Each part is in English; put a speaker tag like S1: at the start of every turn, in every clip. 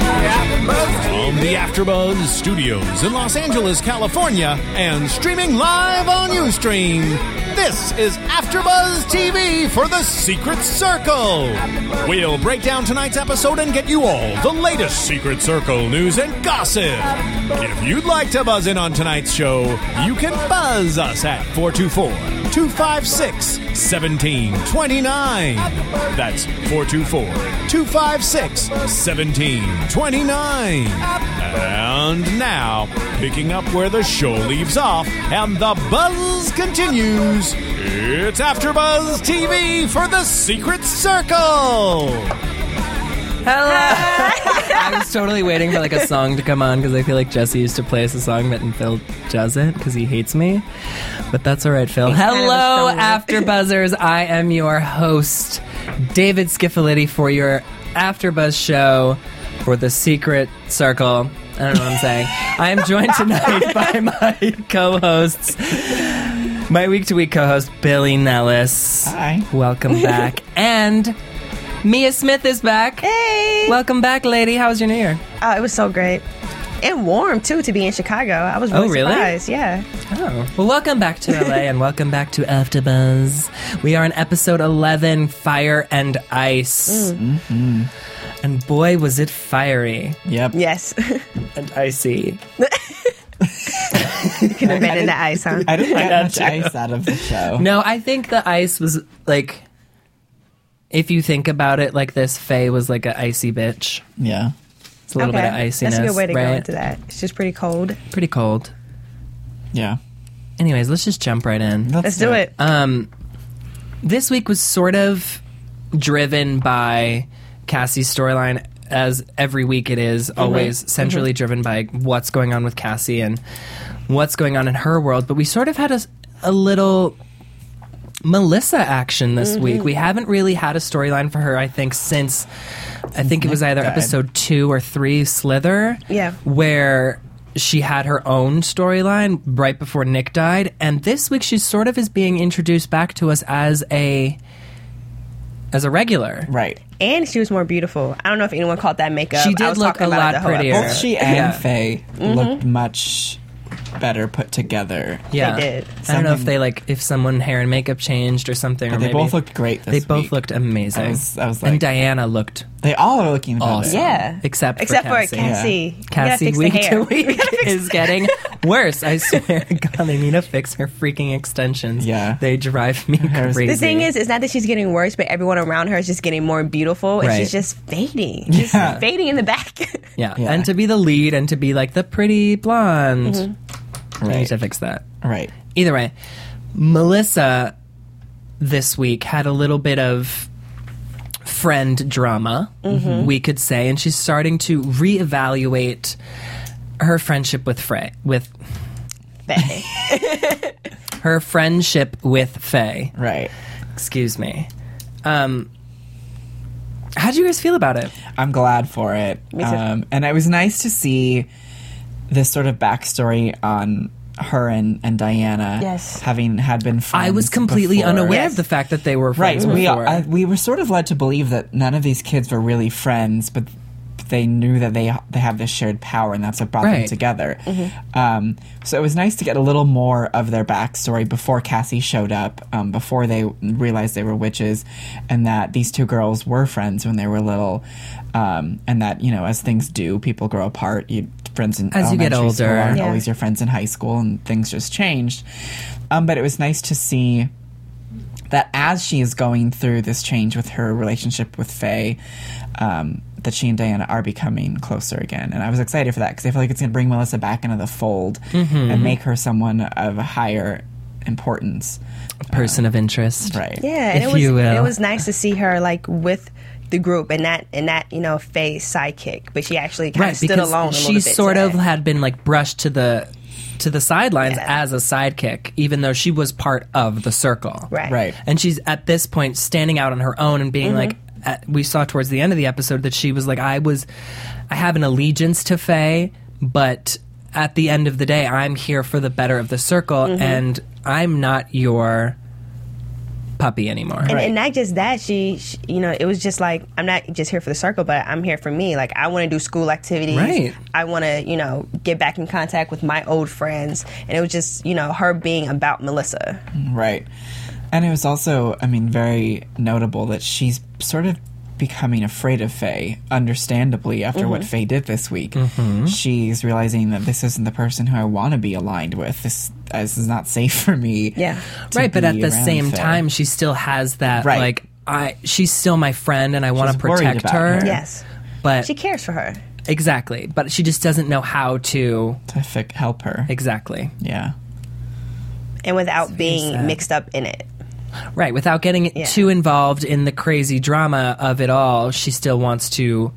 S1: From the AfterBuzz Studios in Los Angeles, California, and streaming live on UStream, this is AfterBuzz TV for the Secret Circle. We'll break down tonight's episode and get you all the latest Secret Circle news and gossip. If you'd like to buzz in on tonight's show, you can buzz us at 424 256 1729. That's 424 256 1729. And now, picking up where the show leaves off and the buzz continues, it's AfterBuzz TV for the Secret Circle.
S2: I was totally waiting for like a song to come on because I feel like Jesse used to play us a song, but Phil doesn't because he hates me. But that's all right, Phil.
S3: kind of a
S2: Hello,
S3: stoner.
S2: After Buzzers. I am your host, David Skiffaliti, for your After Buzz show for the Secret Circle. I don't know what I'm saying. I am joined tonight by my co-hosts. My week to week co host, Billy Nellis. Hi. Welcome back. and Mia Smith is back.
S3: Hey.
S2: Welcome back, lady. How was your new year?
S3: Oh, it was so great. And warm too to be in Chicago. I was
S2: Oh,
S3: really,
S2: really?
S3: surprised. Yeah.
S2: Oh. Well, welcome back to LA and welcome back to AfterBuzz. We are in episode 11, Fire and Ice. Mm-hmm. And boy, was it fiery
S4: Yep.
S3: Yes. you
S2: and icy.
S3: can imagine the ice, huh?
S4: I didn't get much ice out of the show.
S2: No, I think the ice was like, if you think about it like this, Faye was like an icy bitch.
S4: Yeah.
S2: It's a little bit of iciness.
S3: That's a good way to go
S2: right?
S3: into that. It's just pretty cold.
S2: Pretty cold.
S4: Yeah.
S2: Anyways, let's just jump right in.
S3: Let's do it.
S2: Um, this week was sort of driven by Cassie's storyline, as every week it is, always centrally driven by what's going on with Cassie and what's going on in her world. But we sort of had a, s- a little Melissa action this
S3: Mm-hmm.
S2: week. We haven't really had a storyline for her, I think, since I think it was either
S4: died.
S2: episode two or three, Slither.
S3: Yeah.
S2: Where she had her own storyline right before Nick died. And this week she sort of is being introduced back to us as a as a regular.
S4: Right.
S3: And she was more beautiful. I don't know if anyone caught that makeup.
S2: She
S3: I
S2: did
S3: was
S2: look
S3: talking
S2: a
S3: about it
S2: lot
S3: the whole
S2: prettier.
S3: episode.
S4: Both she and
S2: Yeah.
S4: Faye
S3: Mm-hmm.
S4: looked much better put together.
S2: Yeah.
S3: did.
S2: I don't know if
S4: Something-
S2: they like if someone hair and makeup changed or something or
S4: They
S2: maybe
S4: both looked great
S2: they
S4: this
S2: both
S4: week.
S2: looked amazing.
S4: I was- I was
S2: and
S4: like-
S2: Diana looked
S4: They all are looking better.
S2: Awesome.
S3: Yeah.
S2: Except for
S3: Except for
S2: Cassie.
S3: Cassie. You gotta
S2: Cassie
S3: fix the
S2: week
S3: hair.
S2: to week is getting worse. I swear, to God, they need to fix her freaking extensions.
S4: Yeah.
S2: they drive me
S4: hair's-
S2: crazy.
S3: The thing is, it's not that she's getting worse, but everyone around her is just getting more beautiful, and
S2: Right.
S3: she's just fading, just
S4: Yeah.
S3: fading in the back.
S2: yeah.
S4: Yeah.
S2: and to be the lead and to be like the pretty blonde,
S3: Mm-hmm.
S2: they need
S4: Right.
S2: to fix that.
S4: Right.
S2: Either way, Melissa this week had a little bit of friend drama,
S4: Mm-hmm.
S2: we could say, and she's starting to reevaluate her friendship with Frey with
S3: Fading.
S2: her friendship with Faye.
S4: Right.
S2: Excuse me. Um, how do you guys feel about it?
S4: I'm glad for it.
S3: too.
S4: Um, and it was nice to see this sort of backstory on her and, and Diana.
S3: Yes.
S4: Having had been friends.
S2: I was completely
S4: before.
S2: unaware
S3: Yes.
S2: of the fact that they were
S4: Right.
S2: friends
S4: We
S2: before.
S4: I, we were sort of led to believe that none of these kids were really friends, but they knew that they they have this shared power, and that's what brought
S2: Right.
S4: them together. Um, so it was nice to get a little more of their backstory before Cassie showed up, um, before they realized they were witches, and that these two girls were friends when they were little, um, and that you know as things do, people grow apart. You friends in
S2: As you get
S4: elementary school
S2: older.
S4: aren't
S3: Yeah.
S4: always your friends in high school, and things just changed. Um, but it was nice to see that as she is going through this change with her relationship with Faye, um, that she and Diana are becoming closer again. And I was excited for that because I feel like it's going to bring Melissa back into the fold
S2: Mm-hmm.
S4: and make her someone of a higher importance.
S2: Person of interest.
S4: Right.
S3: Yeah,
S2: If
S3: and it was
S2: you will.
S3: it was nice to see her like with the group and not and not you know Faye's sidekick, but she actually kind
S2: Right,
S3: of stood
S2: because
S3: alone. A
S2: she
S3: little bit
S2: sort
S3: to
S2: of
S3: that.
S2: had been like brushed to the to the sidelines as a sidekick, even though she was part of the circle.
S3: Right. Mm-hmm.
S4: Right.
S2: And she's at this point standing out on her own and being like, at, we saw towards the end of the episode that she was like, I was, I have an allegiance to Faye, but at the end of the day, I'm here for the better of the circle
S3: Mm-hmm.
S2: and I'm not your puppy anymore.
S3: And, and not just that, she, she, you know, it was just like I'm not just here for the circle, but I'm here for me. Like I want to do school activities.
S2: Right.
S3: I want to, you know, get back in contact with my old friends. And it was just, you know, her being about Melissa.
S2: Mm-hmm.
S4: Right. And it was also, I mean, very notable that she's sort of becoming afraid of Faye, understandably, after what
S3: Mm-hmm.
S4: Faye did this week.
S2: Mm-hmm.
S4: She's realizing that this isn't the person who I want to be aligned with. This, this is not safe for me.
S3: Yeah.
S4: to
S2: right, but at
S4: be
S2: the
S4: around
S2: same
S4: Faye.
S2: time, she still has that,
S4: Right.
S2: like, I, she's still my friend and I want to
S4: She's worried
S2: protect
S4: about
S2: her.
S4: her.
S3: Yes.
S2: But
S3: She cares for her.
S2: exactly, but she just doesn't know how to
S4: to fi- help her.
S2: exactly.
S4: Yeah.
S3: And without being
S2: sad.
S3: mixed up in it.
S2: Right, without getting
S3: Yeah.
S2: too involved in the crazy drama of it all, she still wants to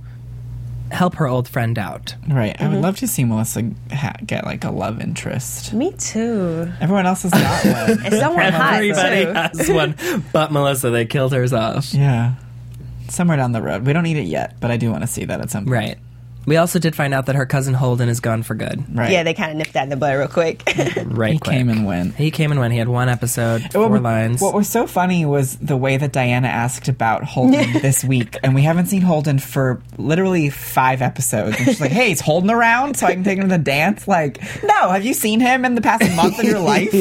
S2: help her old friend out.
S4: Right. I
S2: Mm-hmm.
S4: would love to see Melissa ha- get like a love interest.
S3: Me too.
S4: Everyone else has got one.
S3: And someone hot.
S2: Everybody
S3: too.
S2: has one, but Melissa, they killed hers off.
S4: yeah. Somewhere down the road. We don't need it yet, but I do want to see that at some point.
S2: Right. We also did find out that her cousin Holden is gone for good.
S4: Right.
S3: Yeah, they kind of nipped that in the bud real quick.
S2: Right.
S4: he
S2: quick.
S4: came and went.
S2: He came and went. He had one episode,
S4: What
S2: four
S4: was-
S2: lines.
S4: What was so funny was the way that Diana asked about Holden this week, and we haven't seen Holden for literally five episodes. And she's like, "Hey, is Holden around so I can take him to dance?" Like, no, have you seen him in the past month of your life?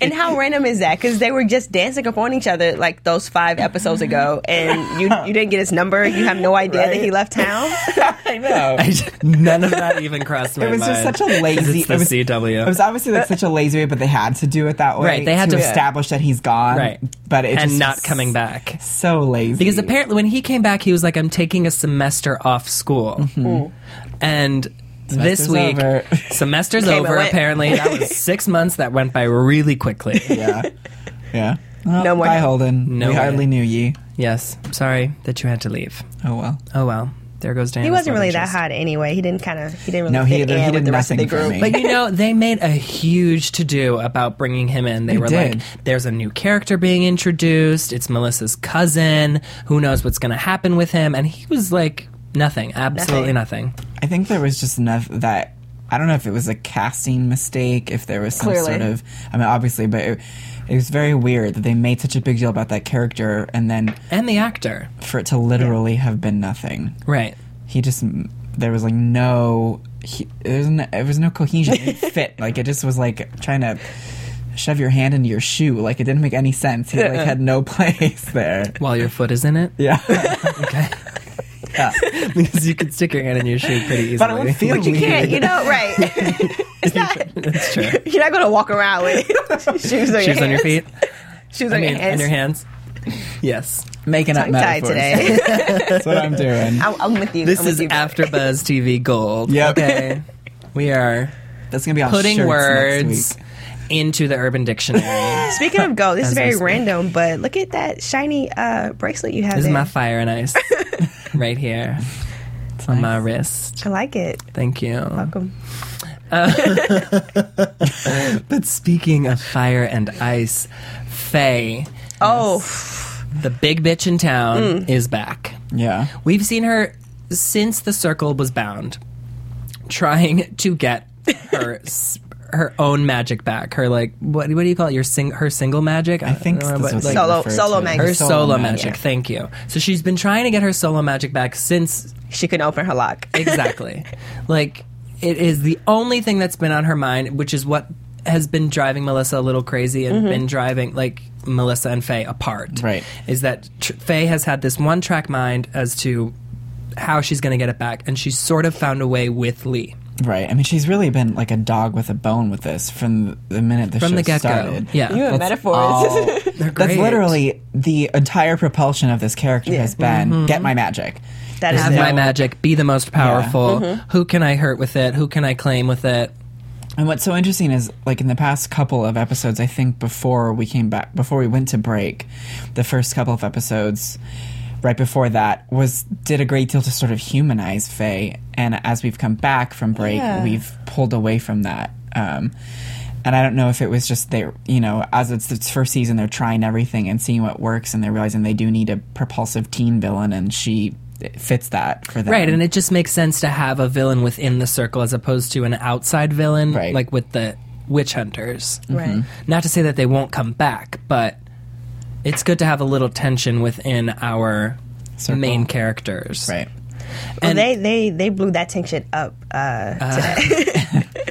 S3: and how random is that? Because they were just dancing upon each other like those five episodes ago, and you you didn't get his number. You have no idea that he
S4: Right.
S3: left town.
S4: I know.
S2: None of that even crossed my
S4: It
S2: mind.
S4: was just such a
S2: 'Cause
S4: lazy.
S2: It's the
S4: it was,
S2: CW.
S4: It was obviously like such a lazy way, but they had to do it that way.
S2: Right, they had to-
S4: establish that he's gone.
S2: right.
S4: but it
S2: and
S4: just
S2: not
S4: was
S2: coming back.
S4: So lazy
S2: Because apparently, when he came back, he was like, "I'm taking a semester off school," and this
S4: Mm-hmm. Semester's
S2: week
S4: over.
S2: semester's
S3: Came and
S2: over.
S3: went.
S2: Apparently, that was six months that went by really quickly.
S4: yeah, yeah. Well,
S3: No more-
S4: Bye, Holden.
S2: No
S4: we
S2: more.
S4: hardly knew ye.
S2: yes, sorry that you had to leave.
S4: Oh well.
S2: Oh well, there goes Diana.
S3: He wasn't really that hot anyway. He didn't kind of he didn't really
S4: No,
S3: fit
S4: he did-
S3: in
S4: he
S3: with
S4: did
S3: the rest of the
S4: nothing for
S3: group.
S4: me.
S3: But
S2: But you know, they made a huge to do about bringing him in. They were
S4: did.
S2: like, there's a new character being introduced. It's Melissa's cousin. Who knows what's going to happen with him? And he was like, nothing, absolutely nothing.
S4: I think there was just enough that I don't know if it was a casting mistake, if there was some
S3: Clearly.
S4: sort of I mean obviously, but it, it was very weird that they made such a big deal about that character and then
S2: And the actor.
S4: for it to literally have been nothing.
S2: Right.
S4: He just there was like no he, there, was no there was no cohesion it didn't fit like it just was like trying to shove your hand into your shoe like it didn't make any sense. He like had no place there.
S2: While your foot is in it.
S4: Yeah.
S2: Okay. because you can stick your hand in your shoe pretty easily.
S4: But I would feel
S3: you can't, you know, right? it's not,
S2: That's true.
S3: you're not going to walk around with shoes on, your,
S2: Shoes on your
S3: hands.
S2: feet.
S3: Shoes
S2: I
S3: on
S2: mean,
S3: your hands.
S2: and your hands. Yes.
S4: making up
S3: I'm tired
S4: metaphors.
S3: today.
S4: That's what I'm doing.
S3: I'm, I'm with you.
S2: This
S3: I'm with
S2: is
S3: you, babe.
S2: After Buzz TV Gold.
S4: Yep.
S2: Okay. We are
S4: That's gonna be on
S2: putting
S4: shirts next
S2: words
S4: week.
S2: into the Urban Dictionary.
S3: Speaking of gold, this is
S2: As we
S3: very
S2: speak.
S3: random, but look at that shiny uh, bracelet you have.
S2: this is
S3: there.
S2: my fire and ice right here on my wrist.
S3: I like it.
S2: Thank you.
S3: Welcome.
S2: But speaking of fire and ice, Faye,
S3: Oh,
S2: the big bitch in town, is back.
S4: Yeah.
S2: We've seen her since the circle was bound, trying to get her s- her own magic back. Her like what what do you call it? Your sing her single magic?
S4: I think
S2: don't know,
S4: that's
S2: but,
S4: what
S2: like,
S4: they
S3: Solo-
S4: refer
S3: solo
S4: to.
S3: magic.
S2: her solo, magic.
S3: magic.
S2: Thank you. So she's been trying to get her solo magic back since
S3: she couldn't open her lock.
S2: exactly. like it is the only thing that's been on her mind, which is what has been driving Melissa a little crazy and been driving like Melissa and Faye apart.
S4: Mm-hmm. Right.
S2: Is that tr- Faye has had this one track mind as to how she's going to get it back, and she's sort of found a way with Lee.
S4: Right. I mean, she's really been like a dog with a bone with this from the minute the
S2: From
S4: show
S2: the get-go.
S4: started.
S2: Yeah. You have
S3: metaphors.
S4: all- that's
S2: great.
S4: literally the entire propulsion of this character has been
S2: Mm-hmm.
S4: get my magic.
S3: That is
S2: Have
S3: it.
S2: my magic, be the most powerful.
S4: Mm-hmm.
S2: Who can I hurt with it? Who can I claim with it?
S4: And what's so interesting is like in the past couple of episodes, I think before we came back, before we went to break, the first couple of episodes, right before that was did a great deal to sort of humanize Faye. And as we've come back from break,
S3: Yeah.
S4: we've pulled away from that. Um, and I don't know if it was just they, you know, as it's its first season, they're trying everything and seeing what works, and they're realizing they do need a propulsive teen villain, and she fits that for them.
S2: Right, and it just makes sense to have a villain within the circle as opposed to an outside villain,
S4: Right.
S2: like with the witch hunters.
S3: Right.
S2: Not to say that they won't come back, but it's good to have a little tension within our
S4: Circle.
S2: main characters.
S4: right.
S3: Well,
S2: And-
S3: they they they blew that tension up. Uh,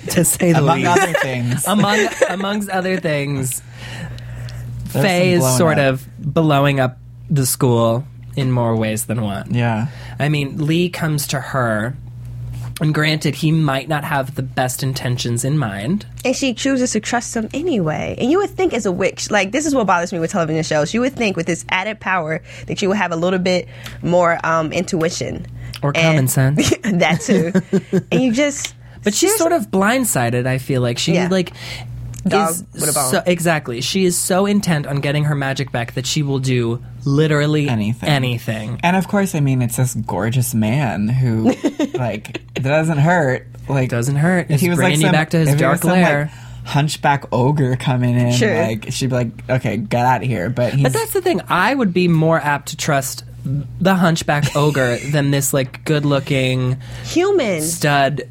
S2: To say the
S4: Among
S2: least.
S4: other things,
S2: Among amongst other things, Faye is
S4: some blowing
S2: sort
S4: up.
S2: of blowing up the school in more ways than one.
S4: yeah,
S2: I mean, Lee comes to her, and granted, he might not have the best intentions in mind.
S3: and she chooses to trust him anyway. And you would think, as a witch, like this is what bothers me with television shows. You would think, with this added power, that you would have a little bit more um, intuition
S2: Or
S3: And-
S2: common sense.
S3: that too, and you just.
S2: But she's sort of blindsided, I feel like. She
S3: Yeah.
S2: like
S3: Dog
S2: is
S3: with a bone.
S2: so- exactly. She is so intent on getting her magic back that she will do literally
S4: Anything.
S2: anything.
S4: and of course, I mean, it's this gorgeous man who, like, doesn't hurt. Like,
S2: Doesn't hurt. It's bringing you back to his
S4: if he was
S2: dark
S4: some,
S2: lair.
S4: Like, hunchback ogre coming in,
S3: Sure.
S4: like, she'd be like, "Okay, get out of here." But he's
S2: But that's the thing. I would be more apt to trust the hunchback ogre than this like good-looking
S3: human,
S2: stud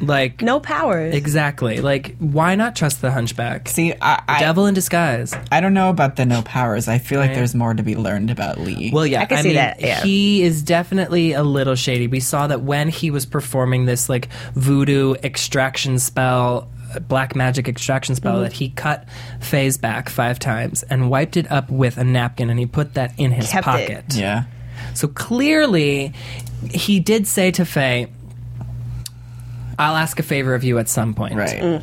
S2: like
S3: no powers.
S2: Exactly. Like, why not trust the hunchback?
S4: see, I, I,
S2: Devil in disguise.
S4: I don't know about the no powers. I feel like there's more to be learned about Lee.
S2: Well, yeah,
S3: I can see that, yeah.
S2: He is definitely a little shady. We saw that when he was performing this like voodoo extraction spell, uh, black magic extraction
S3: Mm-hmm.
S2: spell, that he cut Faye's back five times and wiped it up with a napkin, and he put that in his
S3: Kept it.
S2: pocket.
S4: yeah,
S2: So clearly, he did say to Faye, "I'll ask a favor of you at some point."
S4: right.
S3: Mm.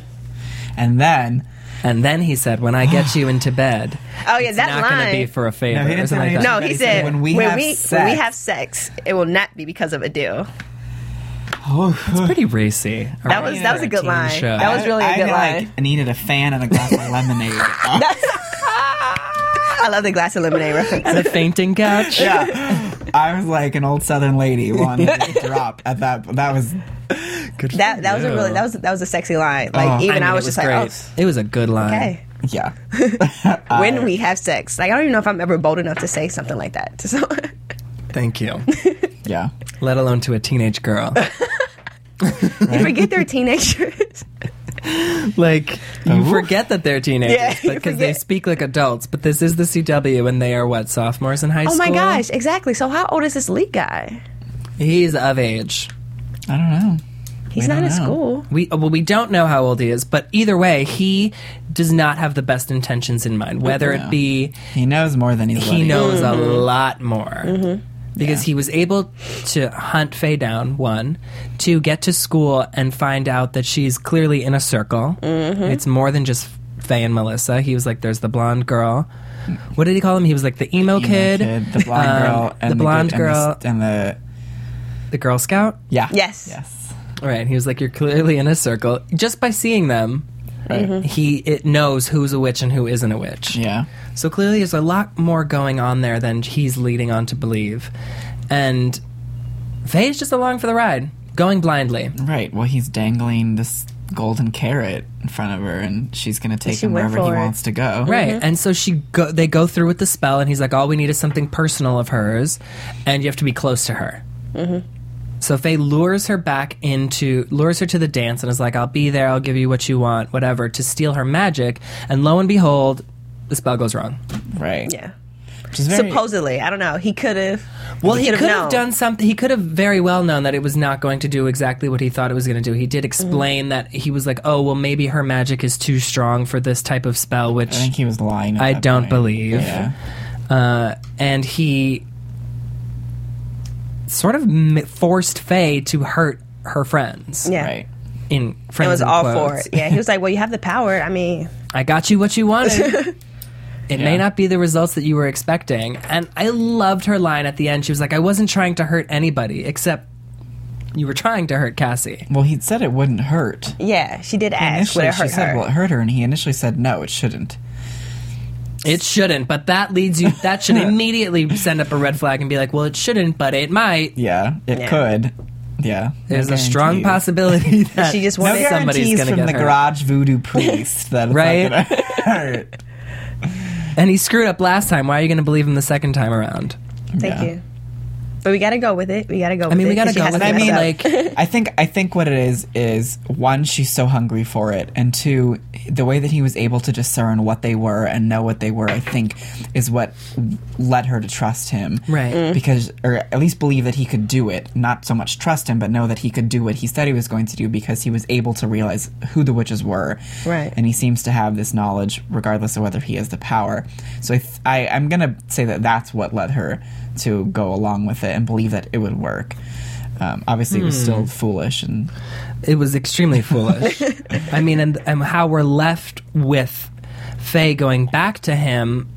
S4: And then
S2: And then he said, "When I get you into bed."
S3: oh yeah, that
S2: not going to
S3: line.
S2: be for a favor.
S4: No, he didn't
S2: or
S4: say
S2: something
S4: anything.
S2: like that.
S3: no,
S4: But
S3: he
S4: he
S3: said
S4: said, "When we have
S3: when we
S4: sex-
S3: have sex, it will not be because of a deal.
S2: It's pretty racy.
S3: That was that was a good line.
S2: show.
S3: That was really
S4: I,
S3: a good
S4: I,
S3: line.
S4: Like, needed a fan and a glass of lemonade.
S3: I love the glass of lemonade reference.
S2: the fainting couch.
S4: yeah, I was like an old Southern lady wanting to drop at that. That was
S3: That that was a really that was that was a sexy line. Like
S2: Oh, I
S3: even I,
S2: mean,
S3: was,
S2: it was
S3: just like,
S2: great. It was a good line.
S3: oh, okay.
S4: yeah.
S3: When we have sex, like I don't even know if I'm ever bold enough to say something like that to someone.
S2: Thank you.
S4: Yeah.
S2: Let alone to a teenage girl.
S3: You forget they're teenagers.
S2: like you
S4: Oof.
S2: forget that they're teenagers
S3: Yeah, you
S2: because they
S3: forget.
S2: speak like adults. But this is the CW, and they are what sophomores in high
S3: Oh
S2: school.
S3: my gosh, exactly. So how old is this lead guy?
S2: he's of age.
S4: I don't know.
S3: He's
S4: We
S3: not
S4: don't
S3: in
S4: know.
S3: school.
S2: We uh, well, we don't know how old he is, but either way, he does not have the best intentions in mind. Whether it be
S4: He knows more than he's.
S2: he
S4: letting
S2: knows a lot more because he was able to hunt Faye down. One, to get to school and find out that she's clearly in a circle. It's more than just Faye and Melissa. He was like, "There's the blonde girl." What did he call him? He was like the emo,
S4: the
S2: kid,
S4: the blonde
S2: um,
S4: girl, and
S2: the blonde
S4: good-
S2: girl,
S4: and the, and the
S2: the Girl Scout.
S4: yeah,
S3: Yes.
S4: yes,
S2: All Right? He was like, "You're clearly in a circle." Just by seeing them,
S4: right.
S2: he it knows who's a witch and who isn't a witch.
S4: yeah.
S2: So clearly, there's a lot more going on there than he's leading on to believe. And Faye's just along for the ride, going blindly.
S4: Right. Well, he's dangling this golden carrot in front of her, and she's going to take
S3: She
S4: him
S3: went
S4: wherever he
S3: for it.
S4: wants to go.
S2: Right. And so she go, they go through with the spell, and he's like, all we need is something personal of hers, and you have to be close to her. So Faye lures her back into, lures her to the dance and is like, I'll be there, I'll give you what you want, whatever, to steal her magic. And lo and behold, the spell goes wrong.
S4: Right.
S3: Yeah.
S4: Which is very,
S3: Supposedly, I don't know. He could have.
S2: Well, he
S3: could've
S2: could
S3: known.
S2: have done something. He could have very well known that it was not going to do exactly what he thought it was going to do. He did
S3: Mm-hmm.
S2: explain that he was like, "Oh, well, maybe her magic is too strong for this type of spell," which
S4: I think he was lying. at
S2: I
S4: that
S2: don't
S4: point.
S2: believe.
S4: Yeah.
S2: Uh, and he sort of m- forced Faye to hurt her friends.
S3: Yeah.
S4: Right.
S2: in
S3: It
S2: friends.
S3: was
S2: in
S3: all for
S2: quotes.
S3: it. Yeah. He was like, well, you have the power. I mean,
S2: I got you what you wanted. It may
S4: Yeah.
S2: not be the results that you were expecting. And I loved her line at the end. She was like, I wasn't trying to hurt anybody, except you were trying to hurt Cassie.
S4: Well, he said it wouldn't hurt.
S3: yeah, she did ask,
S4: Initially,
S3: would it
S4: she
S3: hurt
S4: said,
S3: her?
S4: "Well, it hurt her," and he initially said, "No, it shouldn't."
S2: It shouldn't, but that leads you. That should immediately send up a red flag and be like, "Well, it shouldn't, but it might."
S4: Yeah, it
S3: Yeah.
S4: could. Yeah,
S2: There's
S4: no
S2: a strong
S4: guarantees.
S2: possibility that
S3: She just
S4: No
S3: wanted-
S2: somebody's
S4: guarantees
S2: gonna
S4: from
S2: get
S4: the
S2: hurt.
S4: garage voodoo priest that it's
S2: Right?
S4: not gonna hurt.
S2: And he screwed up last time. Why are you going to believe him the second time around?
S3: Thank
S4: Yeah.
S3: you. But we gotta go with it. We gotta go.
S2: I
S3: With
S2: mean,
S3: it,
S2: we got
S3: 'cause
S2: to
S3: she
S2: go
S3: has
S2: with
S3: to
S2: it.
S3: mess up.
S2: Like,
S4: I think I think what it is is one, she's so hungry for it, and two, the way that he was able to discern what they were and know what they were, I think, is what led her to trust him,
S2: Right.
S3: Hmm?
S2: Mm.
S4: Because, or at least believe that he could do it. Not so much trust him, but know that he could do what he said he was going to do because he was able to realize who the witches were,
S3: Right.
S4: And he seems to have this knowledge, regardless of whether he has the power. So I, th- I I'm gonna say that that's what led her to go along with it and believe that it would work. Um, obviously, it was
S2: Hmm.
S4: still foolish, and
S2: it was extremely foolish. I mean, and, and how we're left with Faye going back to him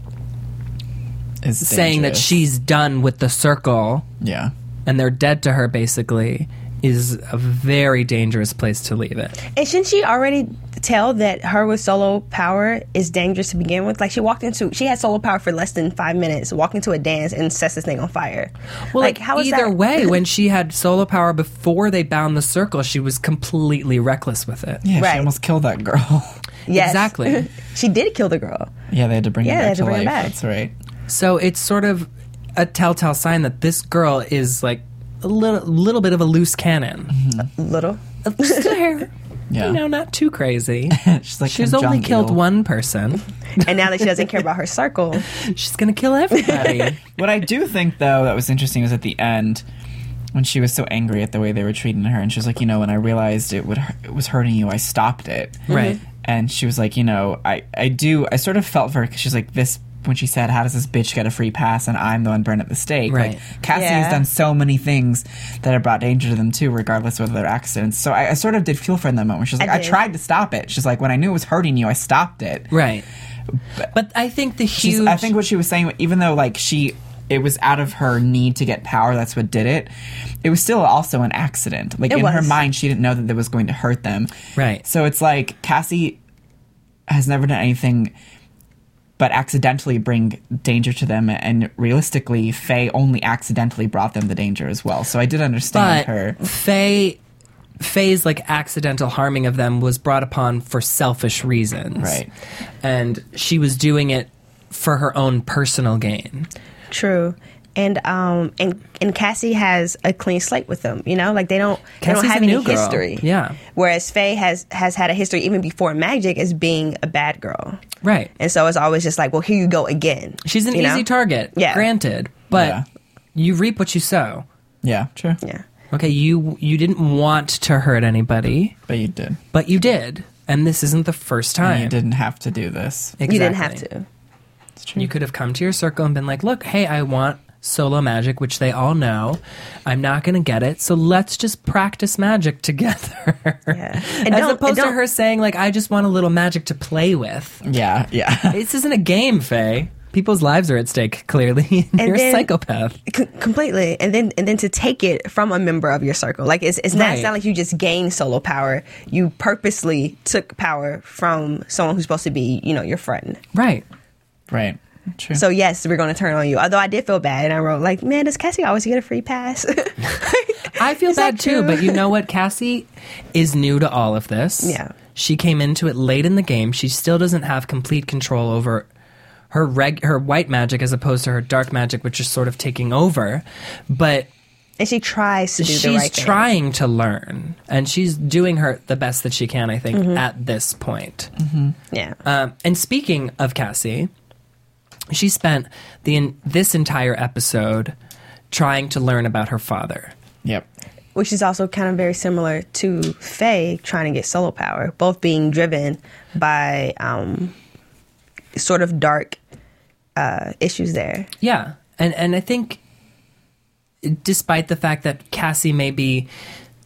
S4: is
S2: saying that
S4: dangerous.
S2: she's done with the circle
S4: yeah,
S2: and they're dead to her, basically, is a very dangerous place to leave it.
S3: And shouldn't she already tell that her with solo power is dangerous to begin with? Like she walked into, she had solo power for less than five minutes, walked into a dance and sets this thing on fire.
S2: Well, like,
S3: how is
S2: either
S3: that-
S2: way, when she had solo power before they bound the circle, she was completely reckless with it.
S4: yeah,
S3: Right.
S4: she almost killed that girl.
S3: Yes.
S2: Exactly.
S3: she did kill the girl.
S4: yeah, they had to bring
S3: Yeah, they
S4: her back
S3: had to
S4: to,
S3: bring her
S4: life.
S3: back.
S4: That's right.
S2: So it's sort of a telltale sign that this girl is like a little, little bit of a loose cannon.
S3: Little.
S2: Just a hair.
S4: Yeah,
S2: You know, not too crazy.
S4: she's like
S2: She's
S4: "I'm
S2: only
S4: John
S2: killed
S4: Eel."
S2: one person.
S3: And now that she doesn't care about her circle,
S2: She's gonna kill everybody.
S4: What I do think, though, that was interesting was at the end when she was so angry at the way they were treating her, and she was like, you know, when I realized it would it was hurting you, I stopped it.
S2: Right.
S4: And she was like, you know, I I do I sort of felt for her because she's like this when she said, how does this bitch get a free pass and I'm the one burned at the stake?
S2: Right.
S4: Like Cassie has
S3: Yeah.
S4: done so many things that have brought danger to them too, regardless of their accidents. So I, I sort of did feel for her in that moment. She's like, I,
S3: did.
S4: tried to stop it. She's like, when I knew it was hurting you, I stopped it.
S2: right. But I think the
S4: She's-
S2: huge.
S4: I think what she was saying, even though like she, it was out of her need to get power. That's what did it. It was still also an accident. Like
S3: It
S4: in her
S3: was.
S4: mind, she didn't know that it was going to hurt them.
S2: Right.
S4: So it's like Cassie has never done anything but accidentally bring danger to them, and realistically, Faye only accidentally brought them the danger as well. So I did understand
S2: but
S4: her.
S2: Faye, Faye's like accidental harming of them was brought upon for selfish reasons.
S4: Right.
S2: And she was doing it for her own personal gain.
S3: true. And um and and Cassie has a clean slate with them, you know, like they don't they
S2: Cassie's
S3: don't have
S2: a
S3: any
S2: new girl.
S3: history.
S2: Yeah.
S3: Whereas Faye has has had a history even before magic as being a bad girl.
S2: Right.
S3: And so it's always just like, well, here you go again.
S2: She's an
S3: you
S2: easy
S3: know?
S2: target.
S3: Yeah.
S2: Granted, but
S4: Yeah.
S2: you reap what you sow.
S4: Yeah, true.
S3: Yeah.
S2: Okay, you you didn't want to hurt anybody,
S4: But you did.
S2: but you did, and this isn't the first time.
S4: You didn't have to do this.
S2: Exactly.
S3: You didn't have to.
S4: It's true.
S2: You could have come to your circle and been like, look, hey, I want solo magic, which they all know. I'm not going to get it. So let's just practice magic together.
S3: Yeah. And
S2: As
S3: don't-
S2: opposed
S3: and
S2: to
S3: don't-
S2: her saying, like, I just want a little magic to play with.
S4: yeah, yeah.
S2: This isn't a game, Faye. People's lives are at stake, clearly. and
S3: And
S2: you're a
S3: then-
S2: psychopath.
S3: C- completely and then and then to take it from a member of your circle like it's, it's not it's
S2: Right.
S3: not like you just gained solo power you purposely took power from someone who's supposed to be you know your friend
S2: Right.
S4: right. True.
S3: so yes we're going to turn on you although i did feel bad and i wrote like man does cassie always get a free pass
S2: I feel
S3: that
S2: bad too,
S3: true?
S2: but you know what? Cassie is new to all of this.
S3: Yeah.
S2: She came into it late in the game. She still doesn't have complete control over her reg- her white magic as opposed to her dark magic, which is sort of taking over. But
S3: and she tries to do the
S2: she's
S3: right thing
S2: trying to learn, and she's doing her the best that she can. I think
S3: Mm-hmm.
S2: at this point.
S3: yeah
S2: Um, and speaking of Cassie, she spent the en- this entire episode trying to learn about her father.
S4: yep.
S3: which is also kind of very similar to faye trying to get solo power both being driven by um sort of dark uh issues there
S2: Yeah, and and I think, despite the fact that Cassie may be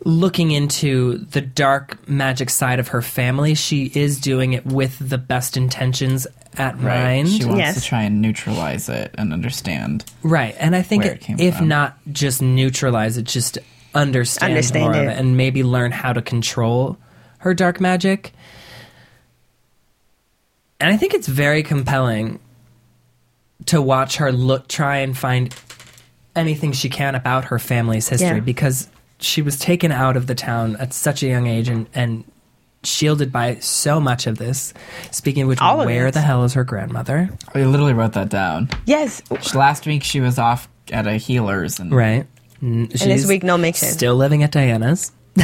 S2: looking into the dark magic side of her family, she is doing it with the best intentions at
S4: Right.
S2: mind.
S4: She wants
S3: Yes.
S4: to try and neutralize it and understand.
S2: right, and I think
S4: Where
S2: it-
S4: it came
S2: if
S4: from.
S2: not just neutralize it, just understand,
S3: Understand
S2: more of
S3: it.
S2: it and maybe learn how to control her dark magic. And I think it's very compelling to watch her look, try and find anything she can about her family's history
S3: Yeah.
S2: because she was taken out of the town at such a young age and, and shielded by so much of this. Speaking of which,
S3: All of
S2: where
S3: it.
S2: the hell is her grandmother?
S4: I literally wrote that down.
S3: Yes.
S4: She- Last week she was off at a healer's and
S2: Right. N- she's
S3: week, no mixing.
S2: Still living at Diana's.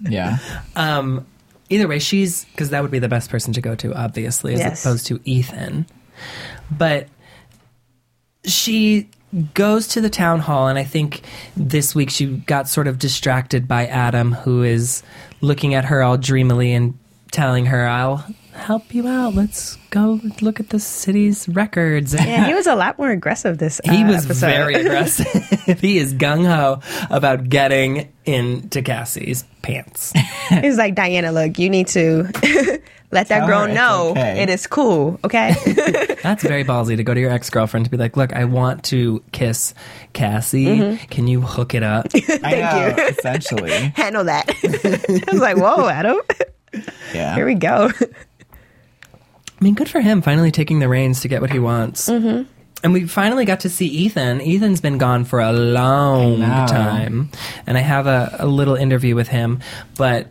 S4: yeah,
S2: Either way, she's because that would be the best person to go to, obviously, as
S3: Yes.
S2: opposed to Ethan. But she goes to the town hall, and I think this week she got sort of distracted by Adam, who is looking at her all dreamily and telling her, "I'll help you out. Let's go look at the city's records." And
S3: Yeah, he was a lot more aggressive this uh,
S2: he was
S3: episode.
S2: very aggressive. he is gung ho about getting into Cassie's pants.
S3: He was like, Diana, look, you need to let that
S4: Tell her
S3: girl
S4: it's
S3: know
S4: okay."
S3: it is cool, okay?
S2: That's very ballsy to go to your ex girlfriend to be like, "Look, I want to kiss Cassie.
S3: Mm-hmm.
S2: Can you hook it up?"
S4: I know. Essentially,
S3: Handle that. I was like, whoa, Adam,
S4: yeah.
S3: here we go.
S2: I mean, good for him finally taking the reins to get what he wants. Mm-hmm. And we finally got to see Ethan. Ethan's been gone for a long
S4: know.
S2: time. And I have a, a little interview with him. But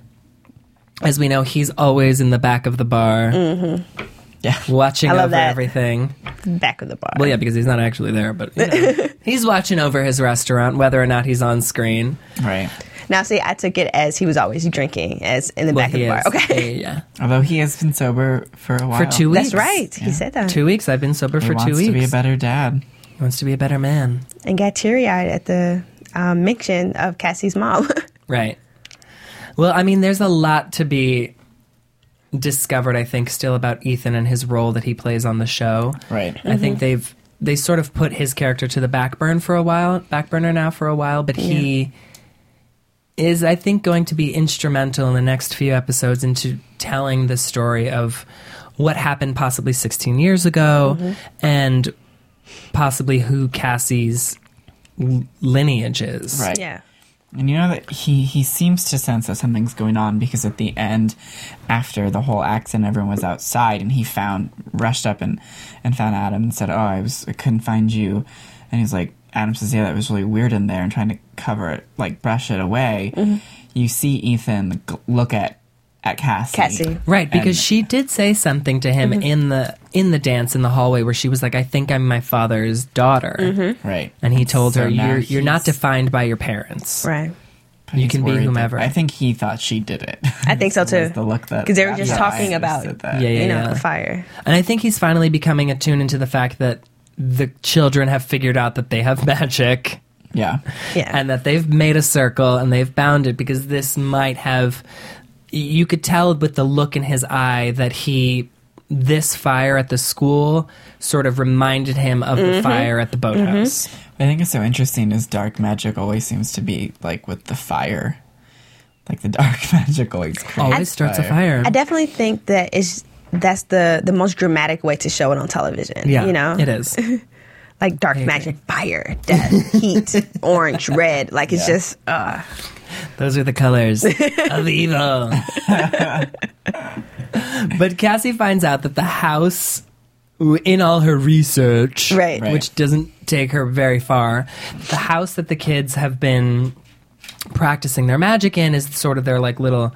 S2: as we know, he's always in the back of the bar,
S4: yeah.
S2: watching
S3: Mm-hmm. I love
S2: over
S3: that.
S2: everything.
S3: Back of the bar.
S2: Well, yeah, because he's not actually there, but you know. he's watching over his restaurant, whether or not he's on screen.
S4: Right.
S3: Now, see, I took it as he was always drinking, as in the
S2: Well,
S3: back of
S2: he
S3: the bar.
S2: is.
S3: Okay.
S2: Yeah,
S4: Although he has been sober for a while.
S2: yeah. For two weeks.
S3: That's right. He said that.
S2: Two weeks. I've been sober
S4: He
S2: for
S4: wants
S2: two
S4: to be a
S2: weeks.
S4: better dad.
S2: He wants to be a better man.
S3: And got teary eyed at the um, mention of Cassie's mom.
S2: Right. Well, I mean, there's a lot to be discovered, I think, still about Ethan and his role that he plays on the show.
S4: Right.
S2: I think they've they sort of put his character to the back burn for a while, back burner now for a while, but he is, I think, going to be instrumental in the next few episodes into telling the story of what happened possibly 16 years ago
S4: Mm-hmm.
S2: and possibly who Cassie's l- lineage is.
S4: Right.
S3: yeah.
S4: And you know that he he seems to sense that something's going on because at the end, after the whole accident, everyone was outside and he found rushed up and and found Adam and said, "Oh, I was I couldn't find you," and he's like, "Adam says, yeah, that was really weird in there," and trying to cover it, like brush it away.
S3: Mm-hmm.
S4: You see Ethan g- look at at Cassie.
S3: Cassie.
S2: Right, because
S4: And- Mm-hmm.
S2: she did say something to him in the in the dance in the hallway where she was like, "I think I'm my father's daughter,"
S4: Mm-hmm. Right.
S2: and he told
S4: So
S2: her,
S4: now
S2: "You're you're not
S4: he's-
S2: defined by your parents."
S3: Right.
S4: but he's
S2: can be
S4: worried that-
S2: whomever.
S4: I think he thought she did it.
S3: I think so
S4: Was
S3: too.
S4: the look that
S3: Because they were just
S4: Yeah,
S3: talking
S4: I
S3: about,
S4: understood that.
S2: Yeah, yeah,
S3: you know,
S2: yeah.
S3: the fire.
S2: And I think he's finally becoming attuned to the fact that the children have figured out that they have magic
S4: yeah.
S3: Yeah.
S2: and that they've made a circle and they've bound it because this might have. You could tell with the look in his eye that he. This fire at the school sort of reminded him of
S3: Mm-hmm.
S2: the fire at the boathouse.
S4: What I think it's so interesting is dark magic always seems to be like with the fire. Like the dark magic always creates
S2: Always starts a fire.
S3: I definitely think that it's that's the the most dramatic way to show it on television.
S2: Yeah,
S3: you know,
S2: it is.
S3: like dark magic, fire, death, heat, orange, red. Like it's
S4: Yeah.
S3: just uh,
S2: Those are the colors of evil. but Cassie finds out that the house, w- in all her research,
S3: Right. Right.
S2: which doesn't take her very far, the house that the kids have been practicing their magic in is sort of their like little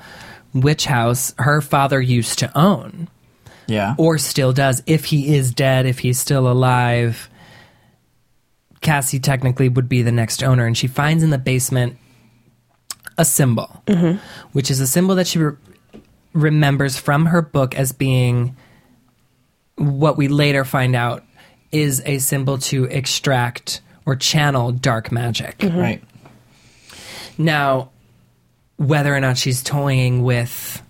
S2: witch house her father used to own
S4: Yeah.
S2: or still does if he is dead if he's still alive cassie technically would be the next owner and she finds in the basement a symbol which is a symbol that she re- remembers from her book as being what we later find out is a symbol to extract or channel dark magic
S4: right.
S2: now, whether or not she's toying with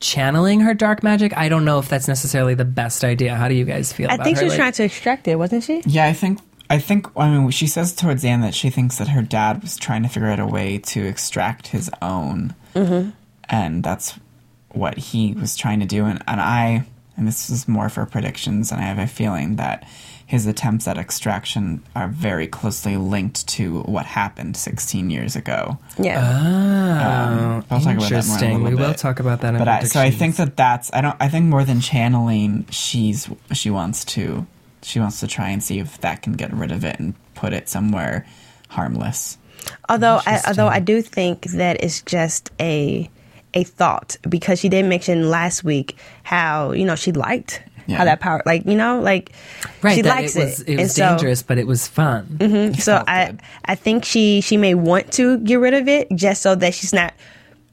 S2: channeling her dark magic, I don't know if that's necessarily the best idea. How do you guys feel
S3: I
S2: about
S3: think
S2: her?
S3: she was
S2: Like,
S3: trying to extract it, wasn't she?
S4: Yeah, I think I think I mean she says towards the end that she thinks that her dad was trying to figure out a way to extract his own. And that's what he was trying to do and, and I and this is more for predictions, and I have a feeling that his attempts at extraction are very closely linked to what happened 16 years ago.
S2: Uh,
S3: Yeah.
S4: Um, I'll talk about that more in a
S2: oh, Interesting.
S4: little
S2: We will
S4: bit.
S2: talk about that in
S4: But I, so I
S2: predictions.
S4: think that that's I don't I think more than channeling, she's she wants to she wants to try and see if that can get rid of it and put it somewhere harmless.
S3: although I, although I do think that it's just a a thought because she did mention last week how you know she liked
S4: Yeah.
S3: how that power like you know like
S2: right,
S3: she
S2: that
S3: likes
S2: it was,
S3: it, And
S2: was
S3: so- Mm-hmm.
S2: dangerous, but it was fun.
S3: so
S4: felt
S3: I
S4: good.
S3: I think she she may want to get rid of it just so that she's not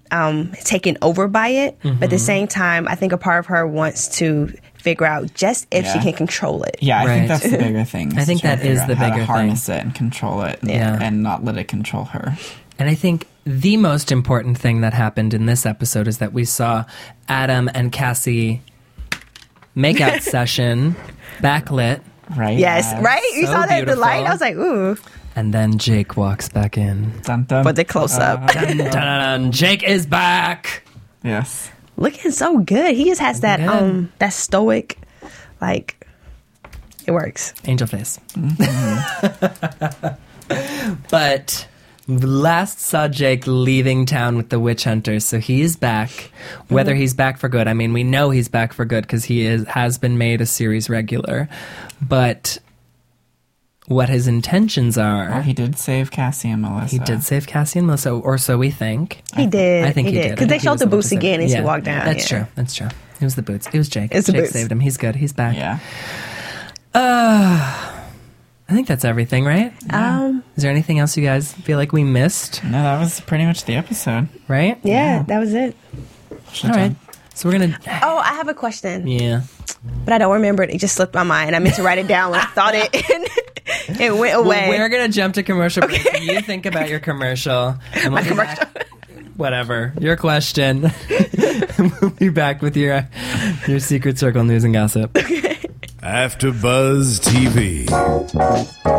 S3: um, taken over by it. But
S2: Mm-hmm.
S3: at the same time, I think a part of her wants to figure out just if she
S4: Yeah.
S3: can control it.
S4: Yeah, I
S2: Right.
S4: think that's the bigger thing.
S2: I
S4: to
S2: think
S4: try
S2: that
S4: to figure
S2: is
S4: out
S2: the
S4: how to
S2: bigger thing.
S4: harness it and control it, and,
S2: Yeah.
S4: and not let it control her.
S2: And I think the most important thing that happened in this episode is that we saw Adam and Cassie makeout session backlit,
S4: Right? Uh,
S3: Yes, right? You
S2: so
S3: saw that in the light?
S2: beautiful.
S3: I was like, ooh.
S2: and then Jake walks back in.
S4: Dun, dun.
S3: But the close up.
S2: Dun, dun, dun, dun. Jake is back.
S4: Yes.
S3: Looking so good. He just has that
S2: Good.
S3: um that stoic like it works.
S2: Angel face. Mm-hmm. but last saw Jake leaving town with the witch hunters, so he's back. Whether he's back for good, I mean, we know he's back for good because he is has been made a series regular. But what his intentions
S4: Well,
S2: are,
S4: he did save Cassie and Melissa.
S2: he did save Cassie and Melissa, or so we think.
S3: He did.
S2: I think he, did. I
S3: Because they
S2: think he
S3: showed
S2: was
S3: the
S2: able
S3: boots
S2: to save-
S3: again as
S2: Yeah,
S3: he walked down.
S2: That's
S3: yeah.
S2: true. That's true. It was the boots. It was Jake.
S3: It's the
S2: Jake
S3: boots.
S2: saved him. He's good. He's back.
S4: Yeah.
S2: I think that's everything, right?
S3: Um
S2: Is there anything else you guys feel like we missed?
S4: No, that was pretty much the episode.
S2: Right?
S3: yeah, that was it.
S2: All right. So we're gonna.
S3: Oh, I have a question.
S2: Yeah.
S3: but I don't remember it. It just slipped my mind. I meant to write it down when I thought it, and it went away.
S2: We're gonna jump to commercial. break. You think about your commercial. And we'll be
S3: commercial.
S2: back- Whatever your question. we'll be back with your your secret circle news and gossip.
S5: After Buzz TV.